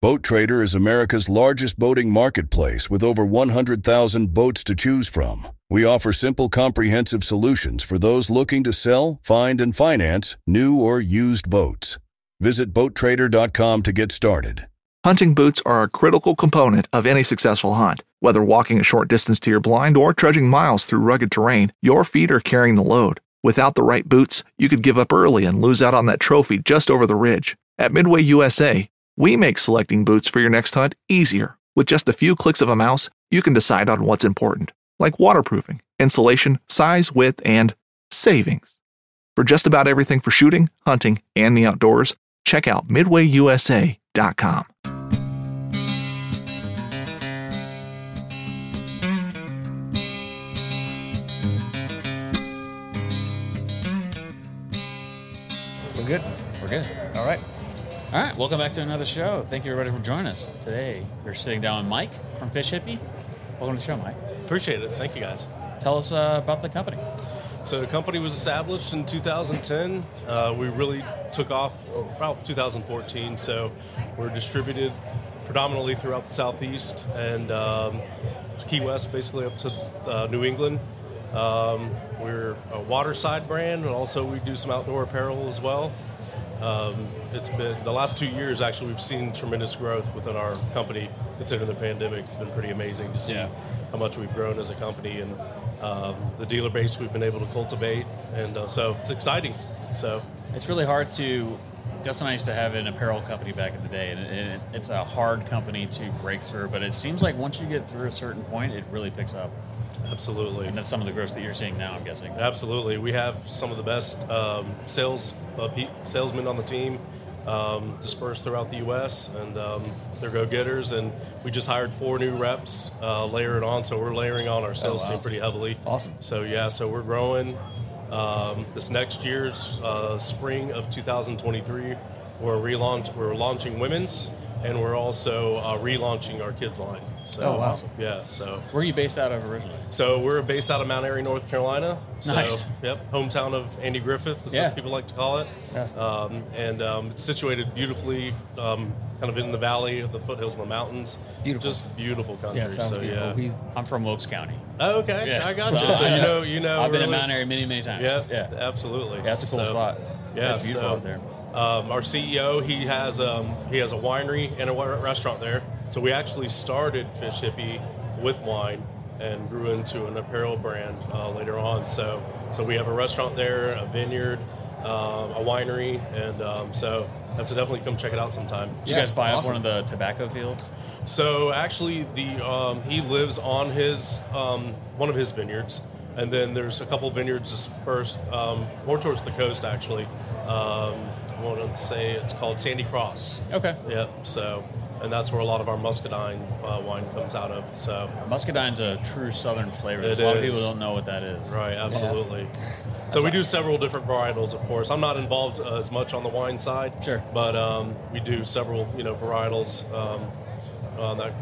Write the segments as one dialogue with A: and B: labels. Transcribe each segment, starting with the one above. A: Boat Trader is America's largest boating marketplace with over 100,000 boats to choose from. We offer simple, comprehensive solutions for those looking to sell, find, and finance new or used boats. Visit BoatTrader.com to get started.
B: Hunting boots are a critical component of any successful hunt. Whether walking a short distance to your blind or trudging miles through rugged terrain, your feet are carrying the load. Without the right boots, you could give up early and lose out on that trophy just over the ridge. At Midway USA, we make selecting boots for your next hunt easier. With just a few clicks of a mouse, you can decide on what's important, like waterproofing, insulation, size, width, and savings. For just about everything for shooting, hunting, and the outdoors, check out midwayusa.com.
C: We're good.
D: We're good.
C: All right.
D: All right, welcome back to another show. Thank you everybody for joining us today. We're sitting down with Mike from Fish Hippie. Welcome to the show, Mike.
E: Appreciate it. Thank you guys.
D: Tell us uh, about the company.
E: So the company was established in 2010. Uh, we really took off about 2014. So we're distributed predominantly throughout the Southeast and um, Key West, basically up to uh, New England. Um, we're a waterside brand, and also we do some outdoor apparel as well. Um, it's been the last two years. Actually, we've seen tremendous growth within our company. Considering the pandemic, it's been pretty amazing to see
D: Yeah.
E: how much we've grown as a company and um, the dealer base we've been able to cultivate. And uh, so it's exciting. So
D: It's really hard to. Gus and I used to have an apparel company back in the day, and it, it- it's a hard company to break through. But it seems like once you get through a certain point, it really picks up,
E: absolutely.
D: and that's some of the growth that you're seeing now. I'm guessing.
E: Absolutely, we have some of the best um, sales uh, pe- salesmen on the team, um, dispersed throughout the U.S. and um, they're go-getters. And we just hired four new reps, uh, layered on, so we're layering on our sales
C: Oh, wow.
E: team pretty heavily.
C: Awesome.
E: So yeah, so we're growing. Um, this next year's uh, spring of 2023, we're relaunch. We're launching women's, and we're also uh, relaunching our kids line. So,
C: Oh, wow.
E: Yeah, so
D: Where are you based out of originally?
E: so we're based out of Mount Airy, North Carolina. So,
D: Nice.
E: Yep, hometown of Andy Griffith, as
D: Yeah.
E: some people like to call it.
C: Yeah.
E: Um, and um, it's situated beautifully, um, kind of in the valley of the foothills and the mountains.
C: Beautiful.
E: Just beautiful country.
C: Yeah, sounds
E: so
C: good.
E: yeah.
C: We,
D: I'm from Wilkes County.
E: oh, okay,
D: Yeah. uh,
E: I got you. So you know, you know.
D: I've been in
E: really-
D: Mount Airy many, many times.
E: Yep,
D: yeah,
E: yeah, absolutely.
D: Yeah, that's a cool
E: So,
D: spot.
E: Yeah,
D: it's beautiful
E: so,
D: out there.
E: Um, our CEO, he has um, he has a winery and a wi- restaurant there. So we actually started Fish Hippie with wine and grew into an apparel brand uh, later on. So so we have a restaurant there, a vineyard, um, a winery, and um, so have to definitely come check it out sometime.
D: Did
C: Yeah,
D: you guys buy
C: awesome.
D: up one of the tobacco fields?
E: So actually, the um, he lives on his um, one of his vineyards, and then there's a couple vineyards dispersed um, more towards the coast. Actually, um, I want to say it's called Sandy Cross.
D: Okay.
E: Yep. So, and that's where a lot of our muscadine uh, wine comes out of. So,
D: Muscadine's a true southern flavor.
E: It
D: a lot of
E: is.
D: people don't know what that is.
E: right, absolutely. So we do several different varietals, of course. I'm not involved uh, as much on the wine side,
D: Sure.
E: but um, we do several, you know, varietals um, uh, that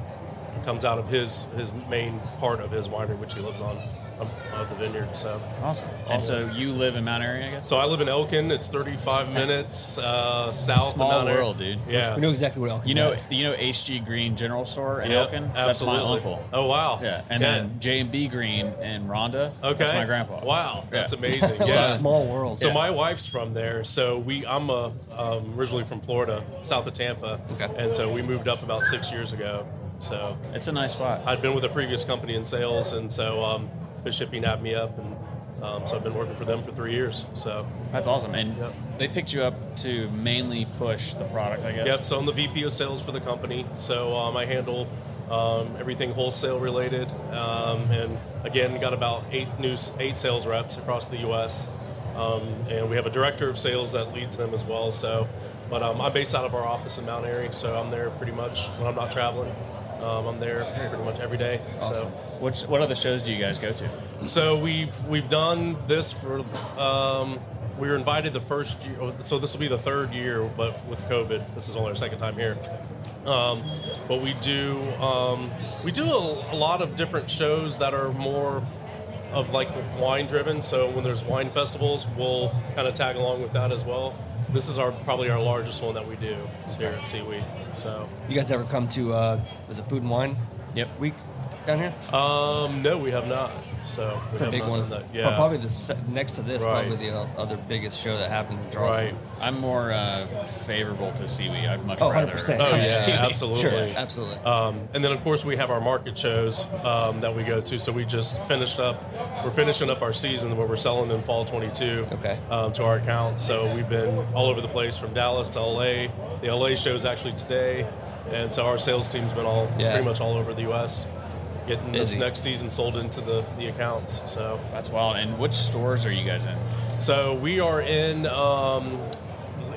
E: comes out of his his main part of his winery, which he lives on, um, of the vineyard. So,
D: Awesome. And so you live in Mount Airy, I guess?
E: so I live in Elkin. It's 35 minutes uh, south
D: Small
E: of Mount Airy.
D: world, dude.
E: Yeah,
C: we know exactly where Elkins
D: You know,
C: at.
D: you know HG Green General Store in
E: Yeah,
D: Elkin.
E: absolutely.
D: That's my uncle.
E: Oh wow.
D: Yeah, and then J and B Green in Rhonda.
E: Okay.
D: That's my grandpa.
E: Wow, that's
D: Yeah.
E: amazing.
C: It's a
E: Yeah.
C: small world.
E: So my wife's from there. So we, I'm a, um, originally from Florida, south of Tampa,
C: Okay.
E: and so we moved up about six years ago. So
D: It's a nice spot.
E: I'd been with a previous company in sales, and so um, Bishop he nabbed me up, and um, so I've been working for them for three years. So
D: That's awesome. And
E: Yep.
D: they picked you up to mainly push the product, I guess.
E: Yep. So I'm the VP of sales for the company. So um, I handle um, everything wholesale related, um, and again, got about eight new eight sales reps across the U.S. Um, and we have a director of sales that leads them as well. So, but um, I'm based out of our office in Mount Airy, so I'm there pretty much when I'm not traveling. Um, I'm there pretty much every day.
C: Awesome.
E: So.
D: Which what other shows do you guys go to?
E: So we've we've done this for. Um, we were invited the first year, so this will be the third year, but with COVID, this is only our second time here. Um, but we do um, we do a, a lot of different shows that are more of like wine driven. So when there's wine festivals, we'll kind of tag along with that as well. this is our probably our largest one that we do is here at Seaweed. So
C: You guys ever come to uh, was it Food and Wine
D: Yep.
C: Week down here?
E: um, no, we have not. So we
C: It's a
E: have
C: big
E: not
C: one.
E: done that. Yeah,
C: Pro- Probably the se- next to this,
E: Right.
C: probably the o- other biggest show that happens in Charleston.
E: right.
D: I'm more uh, favorable to seaweed. I'd much
C: Oh,
D: rather.
C: 100%.
E: Oh
D: have
C: Yeah.
E: yeah,
D: seaweed.
E: absolutely.
C: Sure, absolutely.
E: Um, and then, of course, we have our market shows um, that we go to. So we just finished up. We're finishing up our season where we're selling in fall 22
C: Okay.
E: um, to our accounts. So we've been all over the place from Dallas to LA. The LA show is actually today, and so our sales team's been all
C: Yeah.
E: pretty much all over the U.S. Getting this
C: Busy.
E: next season sold into the, the accounts. So
D: That's wild. And which stores are you guys in?
E: so we are in um,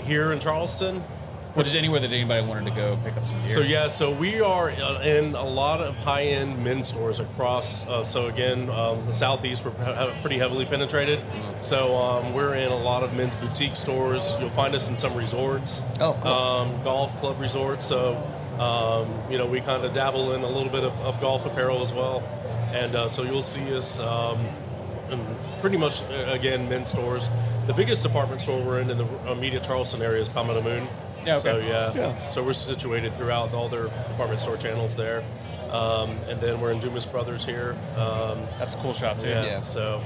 E: here in Charleston.
D: Which is anywhere that anybody wanted to go pick up some gear.
E: So yeah, so we are uh, in a lot of high-end men's stores across. Uh, so again, um, the southeast we're he- pretty heavily penetrated.
C: Mm-hmm.
E: So um, we're in a lot of men's boutique stores. You'll find us in some resorts,
C: Oh, cool.
E: um, golf club resorts. So um, you know we kind of dabble in a little bit of, of golf apparel as well, and uh, so you'll see us um, in pretty much uh, again men's stores. The biggest department store we're in in the uh, media Charleston area is Palmetto Moon.
D: Yeah,
E: So
D: okay.
E: yeah.
C: Yeah.
E: So we're situated throughout all their department store channels there. Um, and then we're in Dumas Brothers here. Um,
D: that's a cool shop too.
E: yeah,
C: Yeah.
E: So,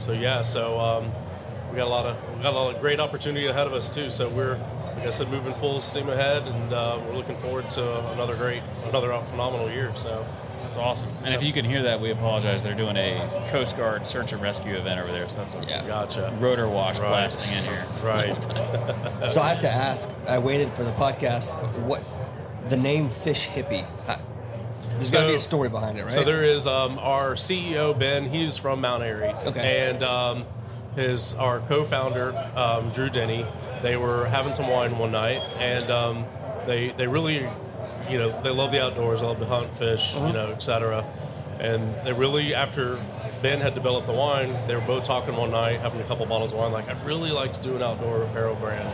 E: so yeah. So um, we got a lot of we got a lot of great opportunity ahead of us too. So we're like I said, moving full steam ahead, and uh, we're looking forward to another great, another phenomenal year. So
D: That's awesome. And if you can hear that, we apologize. They're doing a Coast Guard search and rescue event over there, so that's a
C: Yeah.
E: gotcha.
D: rotor wash
E: Right.
D: blasting in here.
E: Right. Uh,
C: So I have to ask. I waited for the podcast. What the name Fish Hippie? I- There's got to be a
E: So-
C: story behind it, right?
E: So there is um, our CEO Ben. He's from Mount Airy,
C: Okay.
E: and um, his our co-founder um, Drew Denny. They were having some wine one night, and um, they they really, you know, they love the outdoors. They love to hunt, fish, you know, etc. And they really after Ben had developed the wine, they were both talking one night, having a couple bottles of wine. Like I'd really like to do an outdoor apparel brand,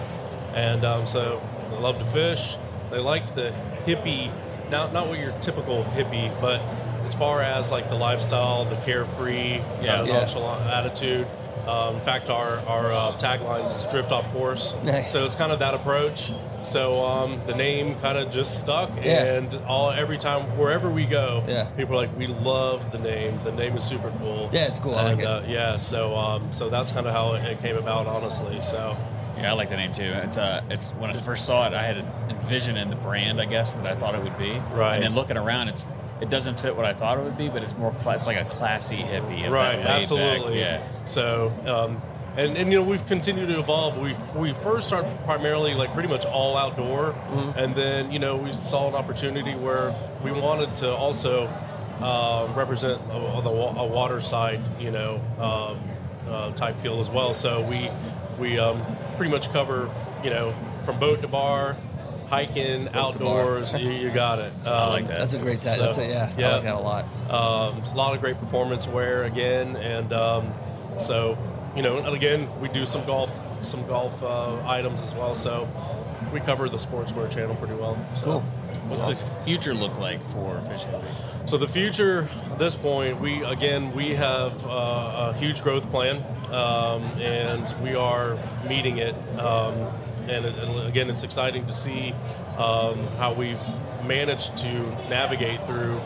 E: and um, so they love to fish. They liked the hippie, not not what your typical hippie, but as far as like the lifestyle, the carefree,
D: Yeah.
E: kind of
C: Yeah.
E: nonchalant attitude. Um, in fact, our our uh, tagline is "Drift off course,"
C: Nice.
E: so it's kind of that approach. So um, the name kind of just stuck,
C: Yeah.
E: and all every time wherever we go,
C: Yeah.
E: people are like, "We love the name. The name is super cool."
C: Yeah, it's cool. I like
E: and,
C: it.
E: Uh, yeah, so um, so that's kind of how it, it came about, honestly. So
D: Yeah, I like the name too. It's uh, it's when I first saw it, I had a vision in the brand, I guess, that I thought it would be.
E: Right.
D: And then looking around, it's it doesn't fit what I thought it would be, but it's more class, like a classy hippie. of that
E: right
D: laid back-
E: absolutely
D: yeah.
E: so um, and, and you know we've continued to evolve we we first started primarily like pretty much all outdoor
D: Mm-hmm.
E: and then you know we saw an opportunity where we wanted to also um, represent a, a, the wa- a water side you know um, uh, type feel as well so we we um, pretty much cover you know from boat to bar hiking
C: to bar.
E: outdoors you, you got it um,
D: like that.
C: that's a great title.
E: So,
C: that's a, yeah, I
E: yeah.
C: like that a lot.
E: um, it's a lot of great performance wear again, and um, so you know, and again, we do some golf, some golf uh, items as well. So we cover the sportswear channel pretty well. So.
C: Cool.
D: What's the future look like for Fish Hippie?
E: So the future, at this point, we again we have uh, a huge growth plan, um, and we are meeting it. Um, and it, and again, it's exciting to see um, how we've managed to navigate through,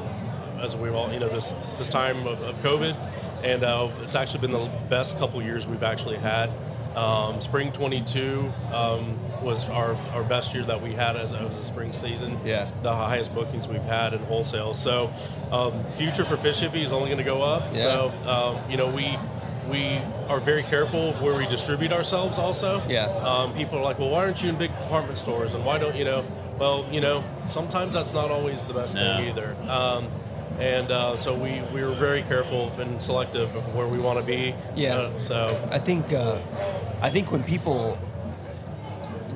E: as we all you know, this this time of, of COVID, and uh, it's actually been the best couple years we've actually had. Um, spring 22 um, was our, our best year that we had as, as a spring season
C: Yeah.
E: the highest bookings we've had in wholesale. So, um, future for Fish Hippie is only going to go up.
C: Yeah.
E: So, um, you know, we we are very careful of where we distribute ourselves. Also,
C: Yeah.
E: Um, people are like, well, why aren't you in big department stores, and why don't you know? Well, you know, sometimes that's not always the best
D: No.
E: thing either. Um, and uh, so we we were very careful and selective of where we want to be.
C: Yeah.
E: Uh, so
C: I think uh, I think when people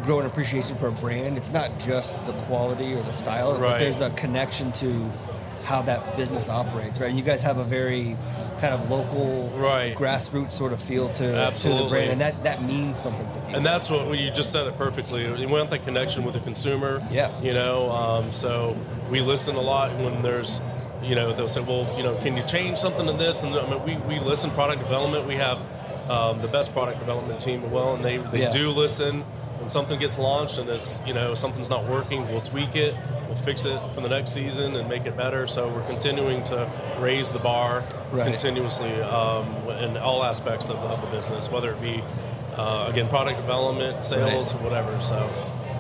C: grow an appreciation for a brand, it's not just the quality or the style, but
E: Right.
C: there's a connection to how that business operates, right? You guys have a very kind of local,
E: Right.
C: grassroots sort of feel to, to the
E: Absolutely.
C: brand, and that, that means something to people.
E: And that's what well, you just said it perfectly. You want that connection with the consumer.
C: Yeah.
E: You know, um, so we listen a lot when there's, you know, they'll say, well, you know, can you change something in this? And I mean, we, we listen product development. We have um, the best product development team. Well, and they, they
C: Yeah.
E: do listen. when something gets launched and it's you know something's not working, we'll tweak it, we'll fix it for the next season and make it better. So we're continuing to raise the bar
C: Right.
E: continuously um, in all aspects of the, of the business, whether it be uh, again product development, sales, or whatever. So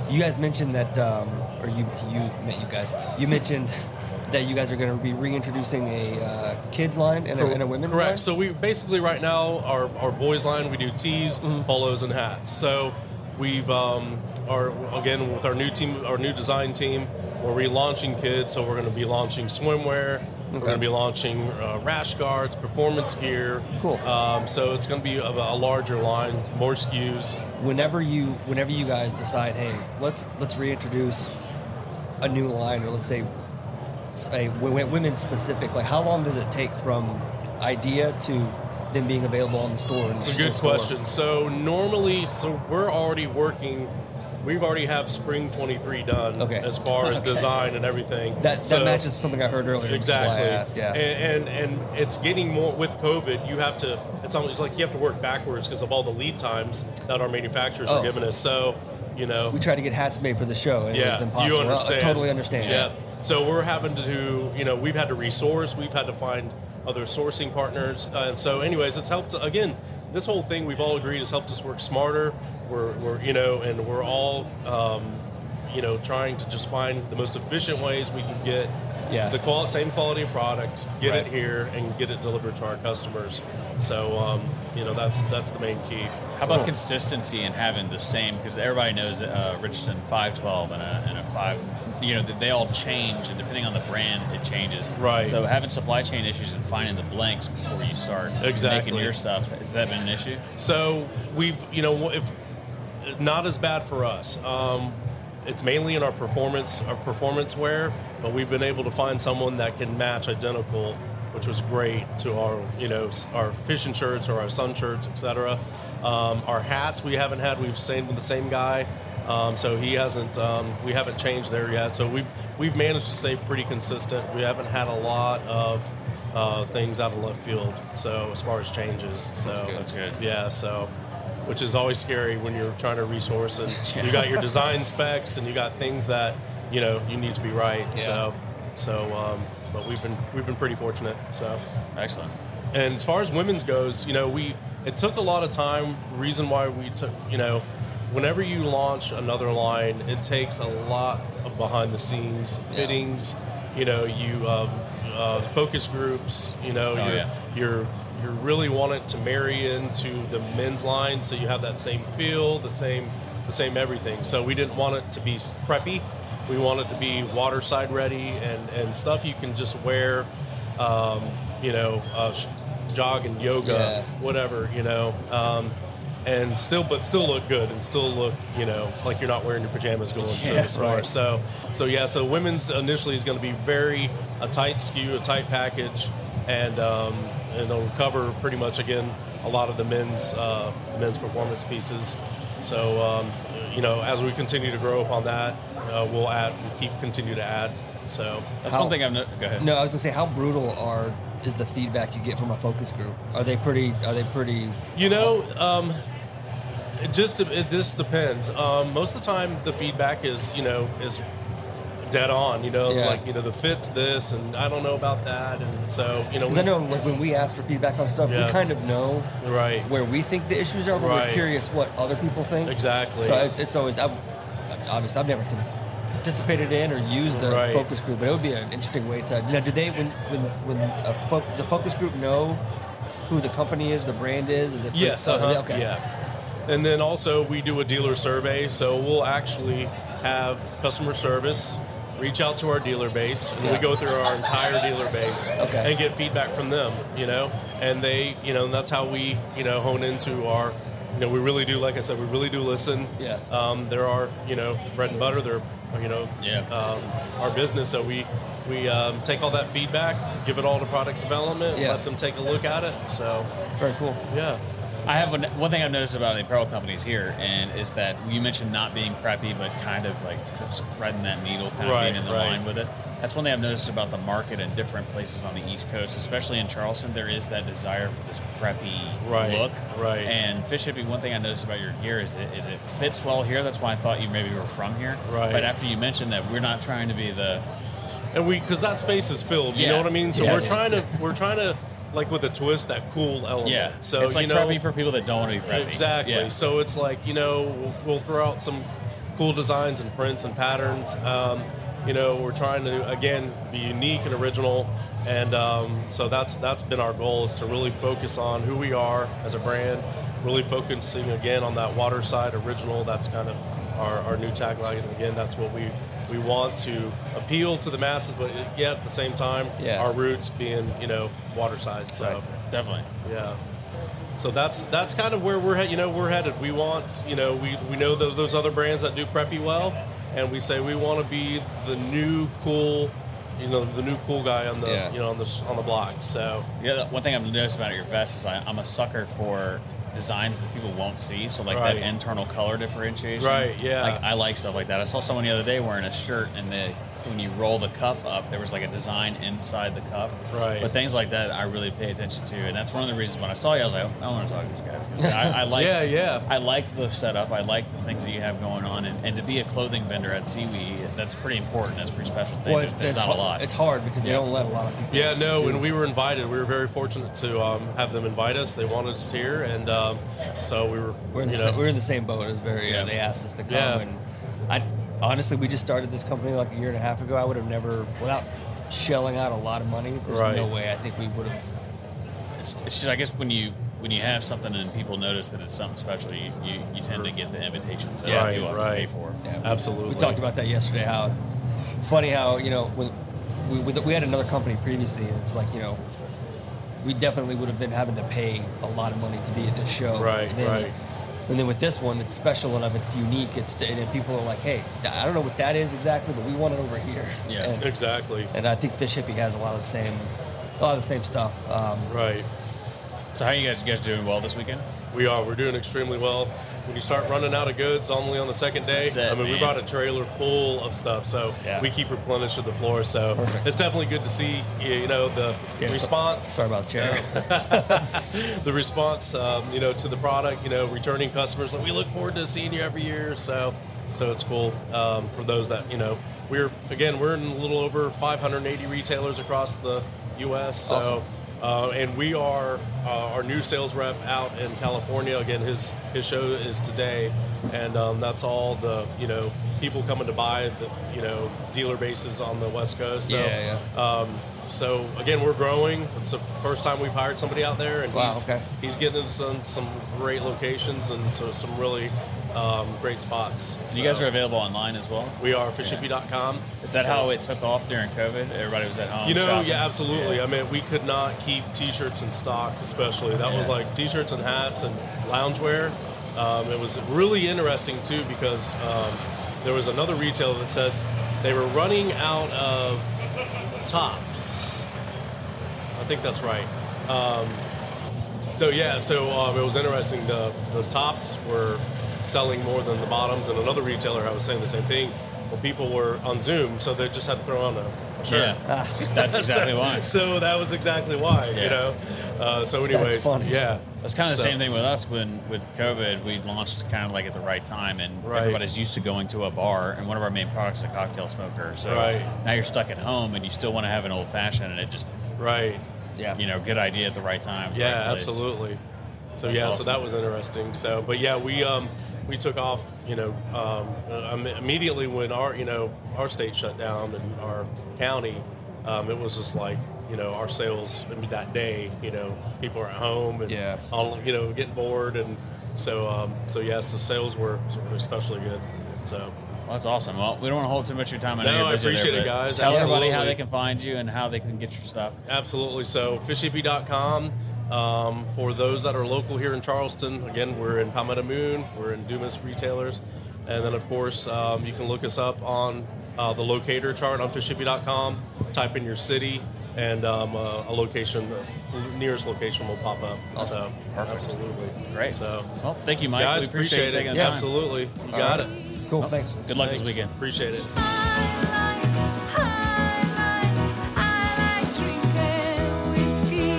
C: You guys mentioned that, um, or you you met you guys. You mentioned that you guys are going to be reintroducing a uh, kids line and a, and a women's
E: correct.
C: line.
E: So we basically right now our our boys line we do tees,
C: Mm-hmm.
E: polos, and hats. So we've um, our again with our new team, our new design team, we're relaunching kids. So we're going to be launching swimwear. We're
C: Okay.
E: going to be launching uh, rash guards, performance gear.
C: Cool.
E: Um, so it's going to be a, a larger line, more SKUs.
C: whenever you whenever you guys decide, hey, let's let's reintroduce a new line, or let's say say wo- women specific. Like, how long does it take from idea to them being available on the store? and
E: It's a good
C: store?
E: question. So normally, so we're already working. We've already have spring 23 done
C: Okay.
E: as far as
C: Okay.
E: design and everything.
C: That that
E: So-
C: matches something I heard earlier. which is why
E: Exactly.
C: I asked. Yeah.
E: And, and and it's getting more with COVID. You have to. It's almost like you have to work backwards because of all the lead times that our manufacturers
C: Oh.
E: are giving us. So, you know,
C: we tried to get hats made for the show, and it was impossible.
E: you understand.
C: I totally understand.
E: Yeah. So we're having to do, you know, we've had to resource, we've had to find other sourcing partners. Uh, and so, anyways, it's helped, again, this whole thing we've all agreed has helped us work smarter. We're, we're you know, and we're all, um, you know, trying to just find the most efficient ways we can get
C: Yeah.
E: the qual- same quality of product, get it
C: Right.
E: here, and get it delivered to our customers. So, um, you know, that's that's the main key.
D: How about consistency and having the same? Because everybody knows that uh, Richardson 512 and a, and a 5, you know, that they all change, and depending on the brand, it changes.
E: Right.
D: So having supply chain issues and finding the blanks before you start
E: Exactly.
D: making your stuff, has that been an issue?
E: So we've, you know, if not as bad for us. Um, it's mainly in our performance, our performance wear, but we've been able to find someone that can match identical, which was great to our, you know, s- our fishing shirts or our sun shirts, etc. Um, our hats we haven't had. We've stayed with the same guy, um, so he hasn't. Um, we haven't changed there yet. So we've we've managed to stay pretty consistent. We haven't had a lot of. Uh, things out of left field. So as far as changes, so
D: good. That's good.
E: yeah, so which is always scary when you're trying to resource and you got your design specs and you got things that you know you need to be right. So, so um, but we've been we've been pretty fortunate. So,
D: Excellent.
E: and as far as women's goes, you know, we it took a lot of time. Reason why we took you know, whenever you launch another line, it takes a lot of behind the scenes fittings. You know, you um, uh, focus groups. You know,
D: Oh,
E: you're,
D: yeah.
E: you're you really want it to marry into the men's line so you have that same feel the same the same everything so we didn't want it to be preppy we want it to be waterside ready and and stuff you can just wear um, you know uh, sh- jog and yoga
C: Yeah.
E: whatever you know um, and still but still look good and still look you know like you're not wearing your pajamas going to
D: Yeah,
E: the store
C: right.
E: so so yeah so women's initially is going to be very a tight skew a tight package and um, and it'll cover pretty much again a lot of the men's uh, men's performance pieces so um, you know as we continue to grow upon that uh, we'll add we'll keep continue to add so
D: That's
C: How-
D: one thing I've no- Go ahead.
C: No, I was gonna say, how brutal are is the feedback you get from a focus group? Are they pretty? Are they pretty?
E: You know, um, it just it just depends. Um, most of the time, the feedback is you know is dead on. You know,
C: Yeah.
E: like you know the fits this, and I don't know about that, and so you know,
C: Because I know, like when we ask for feedback on stuff,
E: Yeah.
C: we kind of know
E: right?
C: where we think the issues are, but
E: Right.
C: we're curious what other people think.
E: Exactly.
C: So it's, it's always, I've, obviously, I've never con- participated in or used a
E: Right.
C: focus group, but it would be an interesting way to. Now, do they when when when a fo- does a focus group know who the company is, the brand is? Is it
E: Yes.
C: oh,
E: Uh-huh.
C: they- okay?
E: Yeah. And then also we do a dealer survey, so we'll actually have customer service reach out to our dealer base, and we
C: Yeah.
E: go through our entire dealer base
C: Okay.
E: and get feedback from them. You know, and they, you know, and that's how we, you know, hone into our. You know, we really do. Like I said, we really do listen.
C: Yeah.
E: Um, there are, you know, bread and butter. They're, you know,
D: Yeah.
E: um, our business. So we we um, take all that feedback, give it all to product development,
C: Yeah.
E: let them take a look at it. So
C: Very cool.
E: yeah.
D: I have one, one thing I've noticed about apparel companies here, and is that you mentioned not being preppy, but kind of like just threading that needle, kind of
E: Right,
D: being in the
E: right.
D: line with it. That's one thing I've noticed about the market in different places on the East Coast, especially in Charleston. There is that desire for this preppy
E: Right,
D: look,
E: right.
D: And fish hippie. One thing I noticed about your gear is it, is it fits well here. That's why I thought you maybe were from here.
E: Right.
D: But after you mentioned that, we're not trying to be the
E: and we because that space is filled. You
D: Yeah.
E: know what I mean? So
C: Yeah,
E: we're
C: it
E: trying to we're trying to like with a twist that cool element.
D: yeah.
E: So
D: it's like
E: you know,
D: preppy for people that don't want to be preppy.
E: Exactly.
D: Yeah.
E: So it's like you know we'll, we'll throw out some cool designs and prints and patterns. Um, you know we're trying to again be unique and original, and um, so that's that's been our goal is to really focus on who we are as a brand, really focusing again on that water side original. That's kind of our, our new tagline, and again that's what we we want to appeal to the masses, but yet at the same time
C: Yeah.
E: our roots being you know water side. So.
D: Definitely.
E: Yeah. So that's that's kind of where we're headed. You know, we're headed. We want, you know, we, we know tho- those other brands that do preppy well, and we say we want to be the new cool, you know, the new cool guy on the
C: Yeah.
E: you know on the s- on the block. So
D: Yeah, the one thing I've noticed about your vest is I, I'm a sucker for designs that people won't see. So like
E: Right.
D: that internal color differentiation.
E: Right, yeah.
D: Like I like stuff like that. I saw someone the other day wearing a shirt and the when you roll the cuff up, there was like a design inside the cuff.
E: Right.
D: But things like that, I really pay attention to, and that's one of the reasons when I saw you, I was like, I want to talk to these guys. I, I liked,
E: Yeah, yeah.
D: I liked the setup. I liked the things that you have going on, and, and to be a clothing vendor at Seaweed, that's pretty important. That's a pretty special thing.
C: Well,
D: There's-
C: it-
D: there's
C: it's,
D: not a
C: hu-
D: lot.
C: it's hard because they
D: Yeah.
C: don't let a lot of people.
E: yeah, no.
C: do
E: When
C: it.
E: we were invited, we were very fortunate to um, have them invite us. They wanted us here, and um, so we were.
C: we're in the
E: you
C: sa-
E: know,
C: we're in the same boat. It was very.
D: Yeah.
C: Uh, they asked us to come,
E: Yeah.
C: and I honestly we just started this company like a year and a half ago. I would have never without shelling out a lot of money. There's
E: Right.
C: no way I think we would have.
D: It's, it's just, I guess when you when you have something and people notice that it's something special, you, you, you tend to get the invitations that
E: Yeah.
D: you
E: Right,
D: have
E: right.
D: to pay for.
C: Yeah, we-
E: Absolutely.
C: We talked about that yesterday. How it's funny how you know when we with, we had another company previously, and it's like you know we definitely would have been having to pay a lot of money to be at this show.
E: Right,
C: And then,
E: right.
C: And then with this one, it's special enough. It's unique. It's and people are like, hey, I don't know what that is exactly, but we want it over here.
D: Yeah.
C: And-
E: exactly
C: and I think Fish Hippie has a lot of the same, a lot of the same stuff. Um,
E: right.
D: So how you guys you guys doing well this weekend?
E: We are. We're doing extremely well. When you start running out of goods only on the second day,
D: That's it,
E: I mean, we
D: man.
E: brought a trailer full of stuff, so
C: Yeah.
E: we keep replenishing the floor. So
C: Perfect.
E: it's definitely good to see, you know, the
C: Yeah, so-
E: response.
C: Sorry about the chair.
E: the response, um, you know, to the product. You know, returning customers. Like, we look forward to seeing you every year. So, so it's cool um, for those that you know. We're again, we're in a little over 580 retailers across the U.S. So, uh,
C: Awesome.
E: and we are uh, our new sales rep out in California. Again, his his show is today, and um, that's all the you know people coming to buy the you know dealer bases on the West Coast. So,
C: Yeah,
E: Um, so again, we're growing. It's the first time we've hired somebody out there, and
C: Wow,
E: he's,
C: okay.
E: he's getting us some, some great locations and so some really um, great spots.
D: So you guys are available online as well.
E: we are fishippy.com.
D: Is that
E: So-
D: how it took off during COVID? Everybody was at home.
E: You know,
D: shopping?
E: yeah, absolutely.
D: Yeah.
E: I mean, we could not keep t-shirts in stock, especially that was
D: Yeah.
E: like t-shirts and hats and loungewear. Um, it was really interesting too because um, there was another retailer that said they were running out of tops. I think that's right. Um, so yeah, so um, it was interesting. The the tops were selling more than the bottoms, and another retailer I was saying the same thing. Well, people were on Zoom, so they just had to throw on a shirt.
D: Yeah. That's exactly
E: so,
D: why.
E: So that was exactly why, you
D: Yeah.
E: know. Uh, so, anyways,
C: funny.
E: yeah,
D: That's kind of the
E: So-
D: same thing with us when with COVID, we launched kind of like at the right time, and
E: Right.
D: everybody's used to going to a bar, and one of our main products is a cocktail smoker. So
E: Right.
D: now you're stuck at home, and you still want to have an old fashioned, and it just
E: Right.
C: yeah.
D: you know good idea at the right time.
E: Yeah,
D: right place.
E: absolutely. So
D: That's
E: yeah, so
D: awesome.
E: that was interesting. So, but yeah, we um we took off, you know, um, uh, im- immediately when our you know our state shut down and our county, um, it was just like you know our sales I mean, that day, you know, people are at home and
C: Yeah.
E: all you know getting bored and so um so yes, yeah, so the sales were were especially good. So
D: Well, that's awesome. Well, we don't want to hold too much of your time. I know
E: No,
D: you're
E: I
D: busy there,
E: appreciate it,
D: but
E: guys.
D: Tell everybody how
E: Absolutely.
D: they can find you and how they can get your stuff.
E: Absolutely. So fishippy.com. Um, for those that are local here in Charleston, again, we're in Palmetto Moon, we're in Dumas Retailers. And then, of course, um, you can look us up on uh, the locator chart on fishippy.com, type in your city, and um, uh, a location, the nearest location will pop up. So
D: Perfect.
E: absolutely
D: Great.
E: So
D: Well, thank you, Mike.
E: guys,
D: we appreciate, you
E: appreciate
D: taking
E: it.
D: the
E: Yeah,
D: time.
E: absolutely, you got it.
C: Cool. Thanks.
D: Good luck
E: Thanks.
D: this weekend.
E: Appreciate it.
F: I like, I like, I like drinking whiskey.